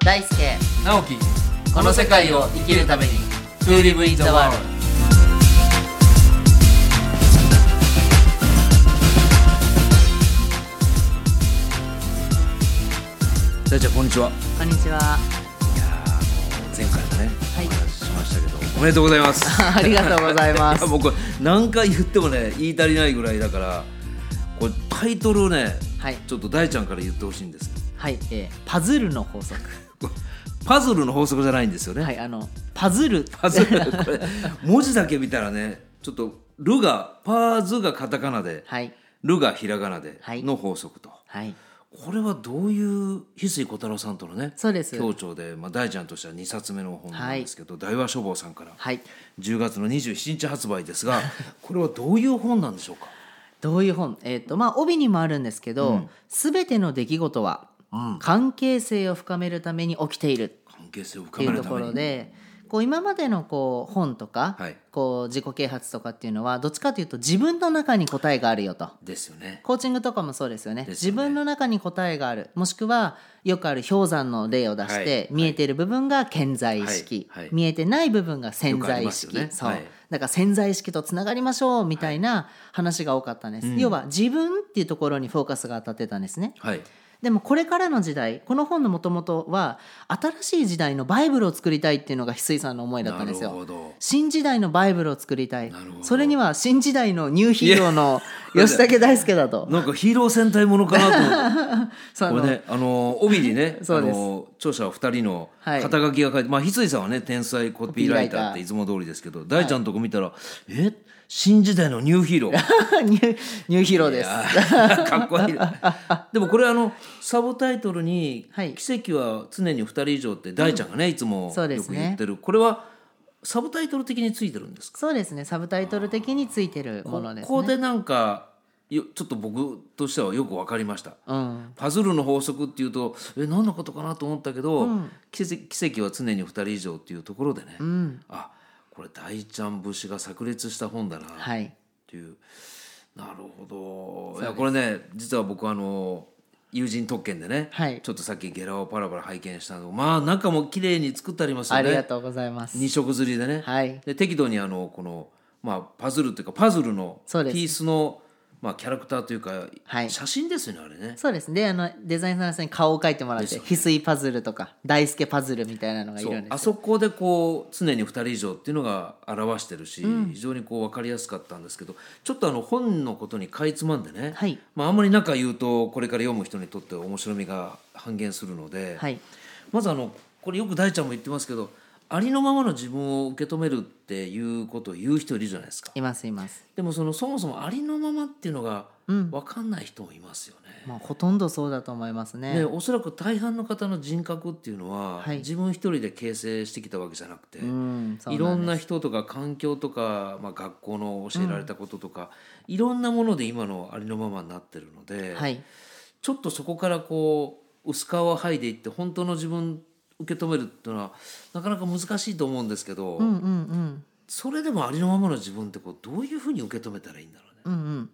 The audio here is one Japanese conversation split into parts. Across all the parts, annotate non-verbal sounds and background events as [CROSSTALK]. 大輔直樹この世界を生きるために To live in the world 大ちゃんこんにちはこんにちはいやーもう前回もね、はいお話ししましたけどおめでとうございます [LAUGHS] ありがとうございます [LAUGHS] やもうこれ何回言ってもね言い足りないぐらいだからこれタイトルをねはいちょっと大ちゃんから言ってほしいんですはい、えーパズルの法則これパズルの法則じゃないんですよね、はいあのパズルパズルこれ文字だけ見たらねちょっと「ル」が「パーズ」がカタカナではい「ル」がひらがなではいの法則と、はいこれはどういう翡翠小太郎さんとのねそうです協調で、まあ、大ちゃんとしては2冊目の本なんですけど、大和書房さんからはい10月の27日発売です [LAUGHS] がこれはどういう本なんでしょうかどういう本えっ、とまあ帯にもあるんですけどすべ、全ての出来事は関係性を深めるために起きている関係性をって深いめうるとたこめろにでこう今までのこう本とか、はいこう自己啓発とかっていうのはどっちかというと自分の中に答えがあるよとですよね。コーチングとかもそうですよねですよね自分の中に答えがあるもしくはよくある氷山の例を出して、はい見えている部分が潜在意識、はいはい見えてない部分が潜在意よ識、くありますそう、よねはいだから潜在意識とつながりましょうみたいな話が多かったんです、要は自分っていうところにフォーカスが当たってたんですねはい、でもこれからの時代この本のもともとは新しい時代のバイブルを作りたいっていうのが翡翠さんの思いだったなんるですよほ。ど新時代のバイブルを作りたいなるほどそれには新時代のニューヒーロー [LAUGHS] の吉武大輔だとなんかヒーロー戦隊ものかなと思って。 [LAUGHS] そうあこれのね、あのー帯にね [LAUGHS] そうですあのー著者2人のはい肩書きが書いて、まあ翡翠さんはね天才コピーライターっコピーライターていつも通りですけど大ちゃんのとこ見たら、え新時代のニューヒーローニューニューヒーローですあー [LAUGHS] かっこいいでもこれあのサブタイトルに「はい奇跡は常に2人以上」って大ちゃんがねいつもそうでよすくね言ってる、これはサブタイトル的についてるんですかそうですねサブタイトル的についてるものですここねでなんかよちょっと僕としてはよく分かりましたうんパズルの法則っていうとえ何のことかなと思ったけど、奇跡奇跡は常に2人以上っていうところでね、あこれ大ちゃん節が炸裂した本だなっはいていう、なるほどいやこれね実は僕あの友人特権でね、はいちょっとさっきゲラをパラパラ拝見したのまあ中も綺麗に作ってありますあよりがねとうございます2色刷りでね、はいで適度にあのこの、まあ、パズルっていうかパズルのピそうですースの、まあ、キャラクターというか、はい写真ですよねあれね。そうですねあのデザイナーさんに顔を描いてもらって翡翠パズルとか大輔パズルみたいなのがいるんですあそこでこう常に2人以上っていうのが表してるし、非常にこう分かりやすかったんですけどちょっとあの本のことにかいつまんでね、はいまあ、あんまり中言うとこれから読む人にとって面白みが半減するので、はいまずあのこれよく大ちゃんも言ってますけどありのままの自分を受け止めるっていうことを言う人いるじゃないですかいますいますでもそのそもそもありのままっていうのが分かんない人もいますよね。まあほとんどそうだと思いますね、ねおそらく大半の方の人格っていうのは、はい自分一人で形成してきたわけじゃなくて、うんそういろんな人とか環境とか、まあ、学校の教えられたこととか、いろんなもので今のありのままになってるので、はいちょっとそこからこう薄皮を剥いでいって本当の自分受け止めるっていうのはなかなか難しいと思うんですけど、うんうんうんそれでもありのままの自分ってこうどういうふうに受け止めたらいいんだろうね。うんうん、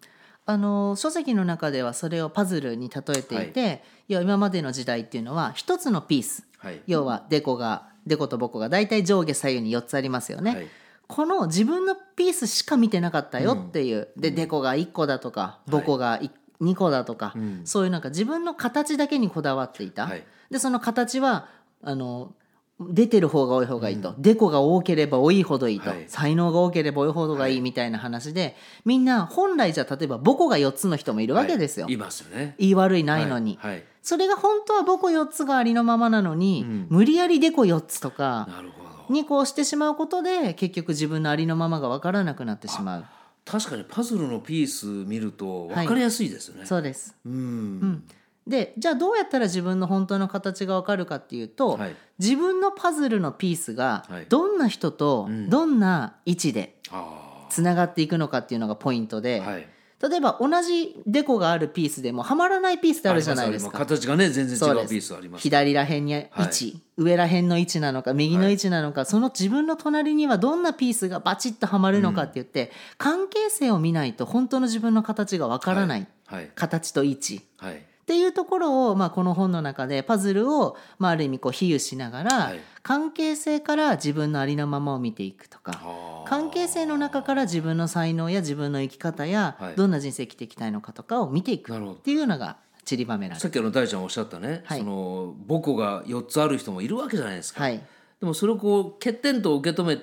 あの書籍の中ではそれをパズルに例えていて、要は今までの時代っていうのは一つのピースはい要はデコがデコとボコが大体上下左右に4つありますよね、はいこの自分のピースしか見てなかったよっていう、でデコが1個だとかボコが2個だとか、そういうなんか自分の形だけにこだわっていた、はいでその形はあの出てる方が多い方がいいと、デコが多ければ多いほどいいと、はい才能が多ければ多いほどがいいみたいな話で、みんな本来じゃ例えば母語が4つの人もいるわけですよ、はいいますよね。言い悪いないのに、はいはいそれが本当は母語4つがありのままなのに、無理やりデコ4つとかなるほど。にこうしてしまうことで結局自分のありのままが分からなくなってしま確かにパズルのピース見るとはい分かりやすいですよね。うそうですうん、でじゃあどうやったら自分の本当の形が分かるかっていうと、はい自分のパズルのピースがはいどんな人とどんな位置であつながっていくのかっていうのがポイントで、あ、はい。例えば同じデコがあるピースでもはまらないピースってあるじゃないですありか。ますあります形がね全然そう違でうすピースあります。左らへんに位置、上らへんの位置なのか右の位置なのか、その自分の隣にはどんなピースがバチッとはまるのかって言って、関係性を見ないと本当の自分の形がわからない、はい形と位置っはいっていうところを、まあ、この本の中でパズルを、まあ、ある意味こう比喩しながら、はい関係性から自分のありのままを見ていくとか関係性の中から自分の才能や自分の生き方や、はいどんな人生生きていきたいのかとかを見ていくなるほどっていうのが散りばめられさる。っきあの大ちゃんおっしゃったね、はいその母語が4つある人もいるわけじゃないですか、はいでもそれをこう欠点と受け止め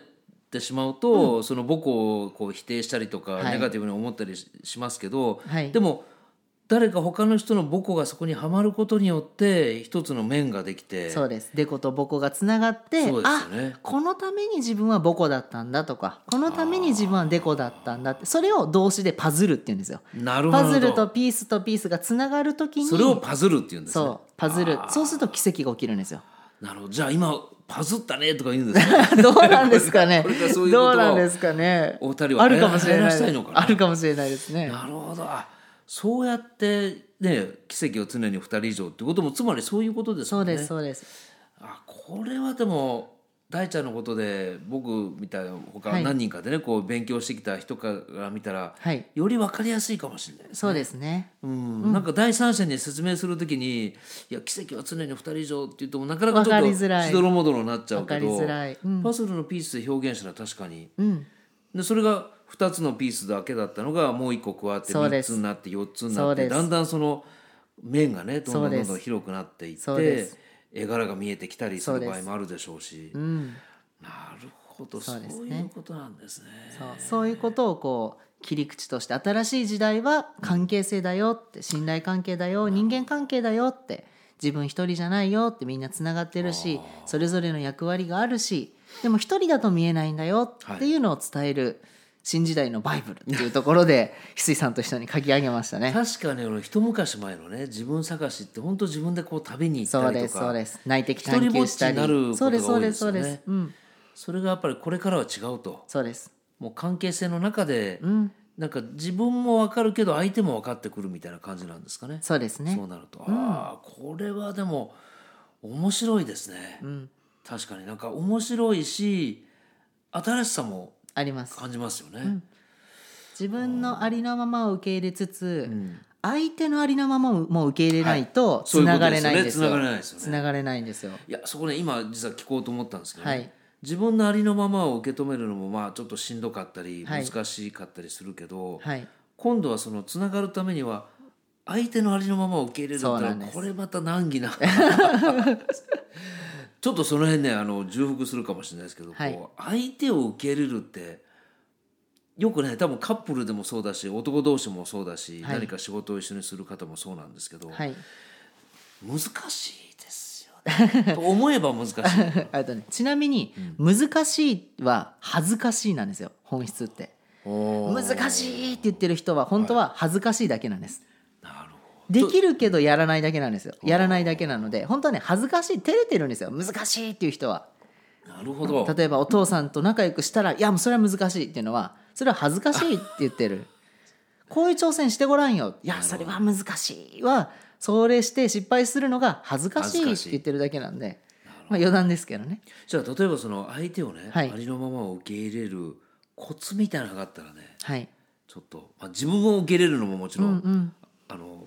てしまうと、その母語をこう否定したりとか、はいネガティブに思ったりししますけど、はいでも誰か他の人の母語がそこにはまることによって一つの面ができてそうですデコとボコがつながって、そうですよあねこのために自分はボコだったんだとかこのために自分はデコだったんだってそれを動詞でパズルって言うんですよ。なるほどパズルとピースとピースがつながるときにそれをパズルって言うんですねそうパズルそうすると奇跡が起きるん [LAUGHS] ですよ。なるほどじゃあ今パズったねとか言うんですねどうなんですかねこれからそういうことをどうなんですかねお二人はあるかもしれ流な行らいしたいのかなあるかもしれないですねなるほどあそうやってね奇跡を常に2人以上ってこともつまりそういうことですそようねですそうですあこれはでも大ちゃんのことで僕みたいな他はい何人かでね、こう勉強してきた人から見たら、はいより分かりやすいかもしれないですそうですねうんなんか第三者に説明するときに「いや奇跡は常に2人以上」って言ってもなかなかちょっわかとりしづらいどろもどろになっちゃうわかけりどづらい、うんパズルのピースで表現したら確かにうん、でそれが2つのピースだけだったのがもう1個加わってそうで3すつになって4つにそなっうてですだんだんその面がねどんどんそうどでんすどん広くなっていっそうでてす絵柄が見えてきたりすそうるです場合もあるでしょうしうん、なるほどそそううですねいうことなんですね。そうそういうことをこう切り口として新しい時代は関係性だよって信頼関係だよ人間関係だよって自分一人じゃないよってみんなつながってるしそれぞれの役割があるしでも一人だと見えないんだよっていうのを伝える新時代のバイブルっていうところ [LAUGHS] で翡翠さんと一緒に書き上げましたね。確かにあの一昔前のね自分探しって本当自分でこう旅に行っそたうりでとすそうかです内的探求したり一人ぼっちになることそうがですそ多ういでですすよそうねです、うん、それがやっぱりこれからは違うとそうですもう関係性の中でうんなんか自分も分かるけど相手も分かってくるみたいな感じなんですかね。そうですねそうなると、ああこれはでも面白いですね、ん確かになんか面白いし新しさもあります感じますよね、自分のありのままを受け入れつつ、相手のありのままをもう受け入れないとそつういうこなとがでれすよなねいんですよ。繋がれないですよねつながれないんですよ。いやそこね今実は聞こうと思ったんですけど、ねはい自分のありのままを受け止めるのもまあちょっとしんどかったりはい難しかったりするけど、はい、今度はそのつながるためには相手のありのままを受け入れるってのそうなはんですこれまた難 [LAUGHS] 儀なちょっとその辺ねあの重複するかもしれないですけど、はいこう相手を受け入れるってよくね多分カップルでもそうだし男同士もそうだし、はい何か仕事を一緒にする方もそうなんですけど、 [LAUGHS] はい、難しいですよね [LAUGHS] と思え [LAUGHS] ば難しい。あとね、ちなみに、難しいは恥ずかしいなんですよ。本質って。おー難しいって言ってる人は、本当は恥ずかしいだけなんです。なるほどできるけどやらないだけなんですよ。やらないだけなので、本当はね、恥ずかしい、照れてるんですよ。難しいっていう人は。なるほど例えばお父さんと仲良くしたら「いやもうそれは難しい」っていうのはそれは恥ずかしいって言ってる [LAUGHS] こういう挑戦してごらんよ「いやそれは難しい」はそれして失敗するのが恥ずかしいって言ってるだけなんでまあ余談ですけどねじゃあ例えばその相手をね、はいありのままを受け入れるコツみたいなのがあったらねはいちょっと、まあ、自分を受け入れるのももちろん、うんあの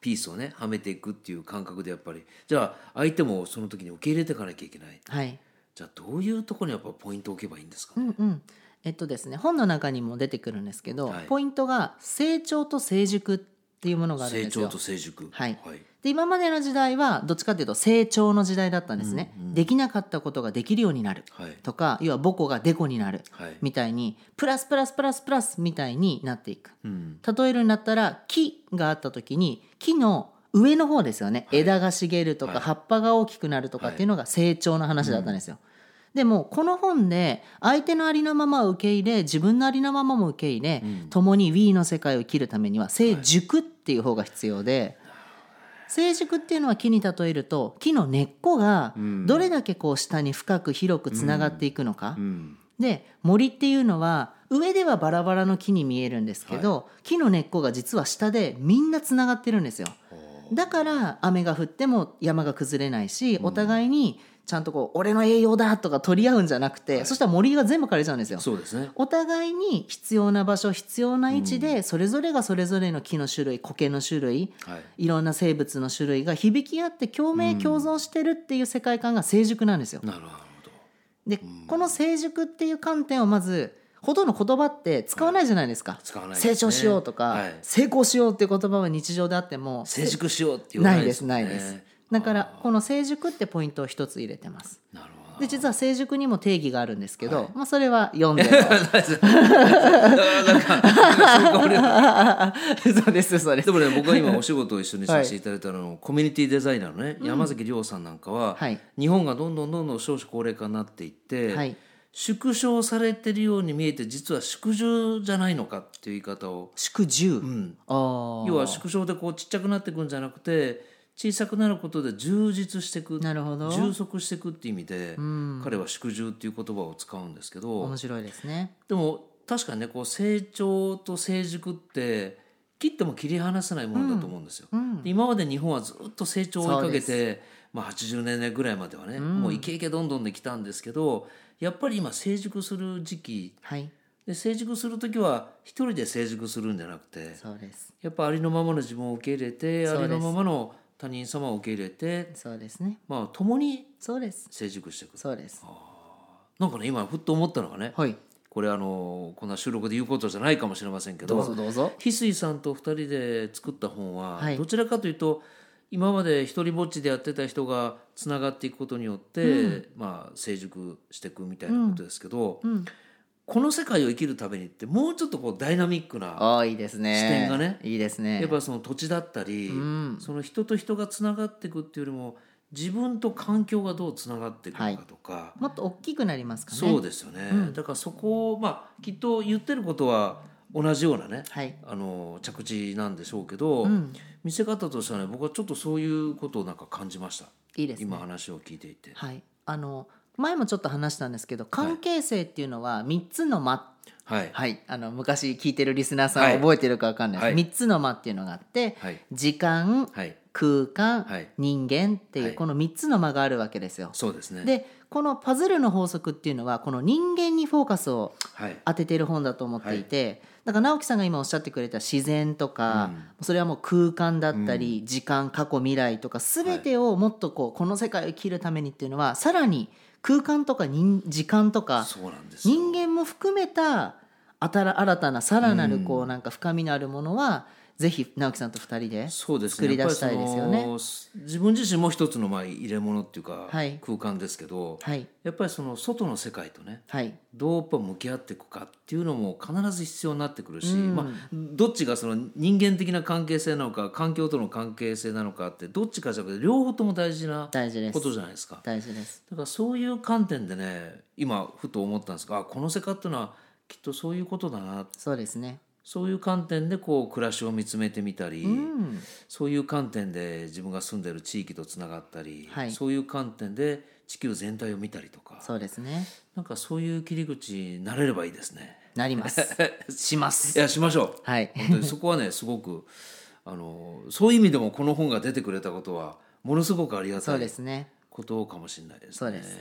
ピースをねはめていくっていう感覚でやっぱりじゃあ相手もその時に受け入れていかなきゃいけないはいじゃあどういうところにやっぱポイントを置けばいいんですか、うんうんえっとですね本の中にも出てくるんですけど、はいポイントが成長と成熟っていうものがあるん成ですよ長と成熟はいはいで今までの時代はどっちかというと成長の時代だったんですね、できなかったことができるようになるはいとか要は母語がデコになるはいみたいにプラスプラスプラスプラスみたいになっていくうん例えるんだったら木があった時に木の上の方ですよね、はい枝が茂るとはいか葉っぱが大きくなるとかっていうのが成長の話だったんですよ。でもこの本で相手のありのままを受け入れ自分のありのままも受け入れ、うん共に We の世界を生きるためには成熟っていう方が必要で、成熟っていうのは木に例えると木の根っこがうんどれだけこう下に深く広くつながっていくのか、うんで森っていうのは上ではバラバラの木に見えるんですけど、木の根っこが実は下でみんなつながってるんですよおーだから雨が降っても山が崩れないしお互いにちゃんとこう俺の栄養だとか取り合うんじゃなくて、そしたら森が全部枯れちゃうんですよ。そうですねお互いに必要な場所必要な位置でそれぞれがそれぞれの木の種類苔の種類はいいろんな生物の種類が響き合って共鳴共存してるっていう世界観が成熟なんですよ。なるほどでこの成熟っていう観点をまずほとんど言葉って使わないじゃないですか。使わないですね成長しようとかはい成功しようっていう言葉は日常であっても成熟しようって言わなないいでですすもんなねいです。だからこの成熟ってポイントを一つ入れてます。なるほどで実は成熟にも定義があるんですけど、はいまあそれは読んでそうですそうですでもね僕 [LAUGHS] は今お仕事を一緒にさせていただいたの、コミュニティデザイナーのね、山崎亮さんなんかは、はい日本がどんどんどんどん少子高齢化になっていって、はい縮小されてるように見えて実は縮小じゃないのかっていう言い方を、祝十、うん、あー要は縮小でこうちっちゃくなっていくんじゃなくて小さくなることで充実していくなるほど充足していくっていう意味で、彼は縮小っていう言葉を使うんですけど、面白いですねでも確かにねこう成長と成熟って切っても切り離せないものだと思うんですよ。で今まで日本はずっと成長を追いかけて、まあ、80年代ぐらいまではね、もうイケイケどんどんできたんですけどやっぱり今成熟する時期はいで成熟する時は一人で成熟するんじゃなくてそうですやっぱありのままの自分を受け入れてあそうりですのままの他人様を受け入れてそうですねまあ共にそうです成熟していくそうですなんかね今ふっと思ったのがね、はいこれあのこんな収録で言うことじゃないかもしれませんけどどうぞどうぞ翡翠さんと2人で作った本は、はいどちらかというと今まで一人ぼっちでやってた人がつながっていくことによって、まあ、成熟していくみたいなことですけど、んこの世界を生きるためにってもうちょっとこうダイナミックなああいいですね視点がねいいですねやっぱその土地だったり、んその人と人がつながっていくっていうよりも自分と環境がどうつながっていくのかとか。もっと大きくなりますかねそうですよね、だからそこをまあきっと言ってることは同じようなね、はいあの着地なんでしょうけど、見せ方としてはね僕はちょっとそういうことをなんか感じました、いいですね今話を聞いていて。はいあの前もちょっと話したんですけど関係性っていうのは三つの間はい、はい、あの昔聞いてるリスナーさんははい覚えてるかわかんないです、はい3つの間っていうのがあって、はい時間はい、空間、はい人間っていう、はいこの3つの間があるわけですよ。そうですね。でこのパズルの法則っていうのはこの人間にフォーカスをはい、当ててる本だと思っていて、だから直樹さんが今おっしゃってくれた自然とか、それはもう空間だったり、時間過去未来とか全てをもっとこうこの世界を生きるためにっていうのはさらに空間とか人時間とかそうなんですよ。人間も含めたあたら新たなさらなるこうなんか深みのあるものは、ぜひ直樹さんと二人でそうです作り出したいですよねやっぱりその自分自身も一つのまあ入れ物っていうか、はい空間ですけど、はいやっぱりその外の世界とね、はいどうやっぱ向き合っていくかっていうのも必ず必要になってくるし、まあ、どっちがその人間的な関係性なのか環境との関係性なのかってどっちかじゃなくて両方とも大事な大事ですことじゃないですか。大事ですだからそういう観点でね今ふと思ったんですがあこの世界っていうのはきっとそういうことだなそうですねそういう観点でこう暮らしを見つめてみたり、うんそういう観点で自分が住んでる地域とつながったり、はいそういう観点で地球全体を見たりとかそうですねなんかそういう切り口になれればいいですね。なります [LAUGHS] しますいやしましょうはい本当にそこはねすごくあのそういう意味でもこの本が出てくれたことはものすごくありがそたうでいすねことかもしれないですね。そうです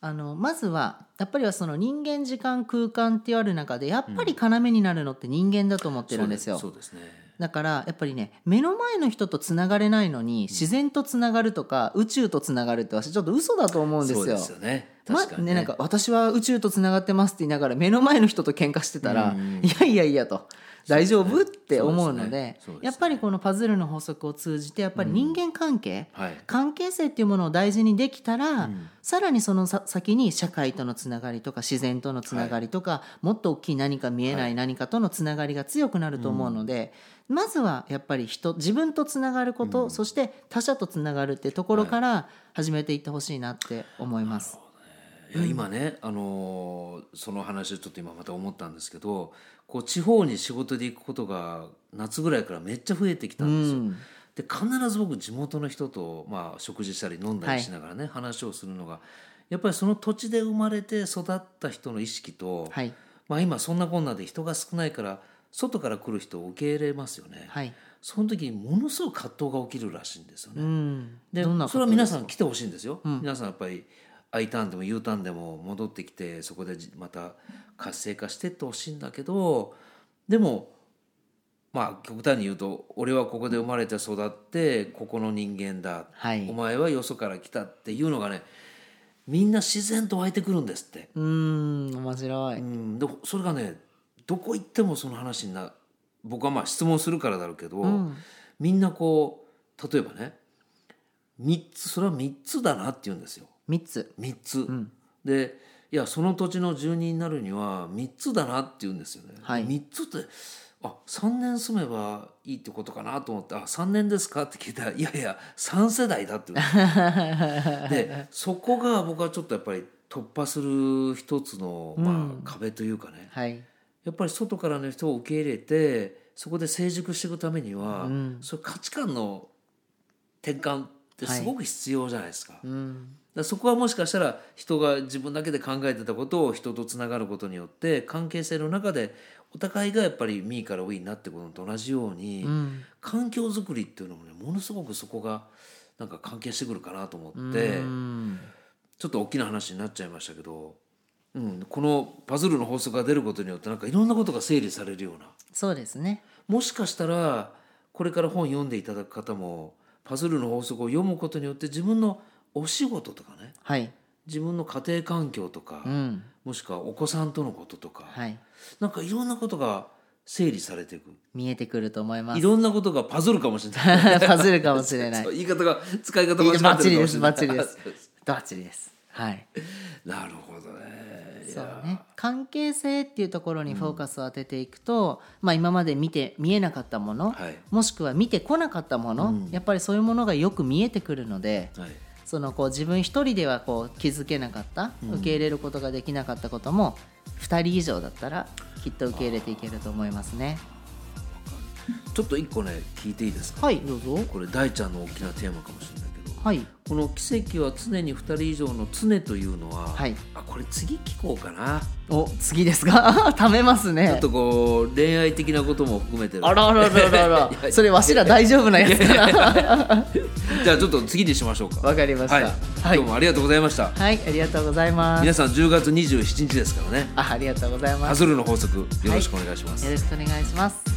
あのまずはやっぱりはその人間時間空間ってある中でやっぱり要になるのって人間だと思ってるんですよ、そうですそうですね。だからやっぱりね目の前の人とつながれないのに自然とつながるとか宇宙とつながるって私ちょっと嘘だと思うんですよ。そうですよね。ま確かねにね。なんか私は宇宙とつながってますって言いながら目の前の人と喧嘩してたら、いやいやいやと大丈夫、って思うのでそうですねそうですねやっぱりこのパズルの法則を通じてやっぱり人間関係、はい。関係性っていうものを大事にできたら、さらにそのさ先に社会とのつながりとか自然とのつながりとか、もっと大きい何か見えない何かとのつながりが強くなると思うので、まずはやっぱり人自分とつながること、そして他者とつながるってところから始めていってほしいなって思います。いや今ね、あのーその話をちょっと今また思ったんですけどこう地方に仕事で行くことが夏ぐらいからめっちゃ増えてきたんですよ。うんで必ず僕地元の人と、まあ、食事したり飲んだりしながらね、話をするのがやっぱりその土地で生まれて育った人の意識と、はいまあ、今そんなこんなで人が少ないから外から来る人を受け入れますよね、はい。その時にものすごく葛藤が起きるらしいんですよね。うん。でどんなそれは皆さん来てほしいんですよ、ん皆さんやっぱり I ターンでも U ターンでも戻ってきてそこでじまた活性化してってほしいんだけどでもまあ極端に言うと俺はここで生まれて育ってここの人間だ、はいお前はよそから来たっていうのがねみんな自然と湧いてくるんですって、うん、面白うい。ん、でそれがねどこ行ってもその話にな僕はまあ質問するからだろうけど、うん。みんなこう例えばね三つそれは3つだなって言うんですよ三つ。 3つ、んでいやその土地の住人になるには3つだなって言うんですよね、はい3つってあ3年住めばいいってことかなと思って「あ3年ですか?」って聞いたら「いやいや3世代だ」って言うんですよでそこが僕はちょっとやっぱり突破する一つの、まあ壁というかね、はい。やっぱり外からの人を受け入れてそこで成熟していくためには、うんそういう価値観の転換ってすごく必要じゃないですか,、だかうん。らそこはもしかしたら人が自分だけで考えてたことを人とつながることによって関係性の中でお互いがやっぱりミーからウィーになっていくのと同じように、うん。環境づくりっていうのもねものすごくそこがなんか関係してくるかなと思って。うん。ちょっと大きな話になっちゃいましたけど、うん、このパズルの法則が出ることによってなんかいろんなことが整理されるようなそうですね。もしかしたらこれから本読んでいただく方もパズルの法則を読むことによって自分のお仕事とかねはい。自分の家庭環境とか、うん。もしくはお子さんとのこととか、はい。なんかいろんなことが整理されていく見えてくると思いまいす。ろんなことがパズルかもしれ [LAUGHS] ないパズルかもしれないそう。言い方が使い方い間違やってるかバッもチしれリないです。バッチリですそうそ。バッチリです。はい。う [LAUGHS] なるほどねいそうやね、関係性っていうところにフォーカスを当てていくと、まあ、今まで見て見えなかったもの、はいもしくは見てこなかったもの、やっぱりそういうものがよく見えてくるのではいそのこう自分一人ではこう気づけなかった受け入れることができなかったことも、2人以上だったらきっと受け入れていけると思いますね。ちょっと一個ね聞いていいですかはいどうぞこれ大ちゃんの大きなテーマかもしれないけど、はいこの「奇跡は常に2人以上の常」というのは、はいあこれ次聞こうかな、お次ですか [LAUGHS] ためますちょねっとこう恋愛的なことも含めてるあらあらあらあらあいやいら [LAUGHS] やそれわしら大丈夫なやつかな [LAUGHS] じゃあちょっと次にしましょうかわかりましたはい、はい今日もありがとうございました、はいありがとうございます皆さん10月27日ですからねあありがとうございパますズルの法則よろしくお願いします、よろしくお願いします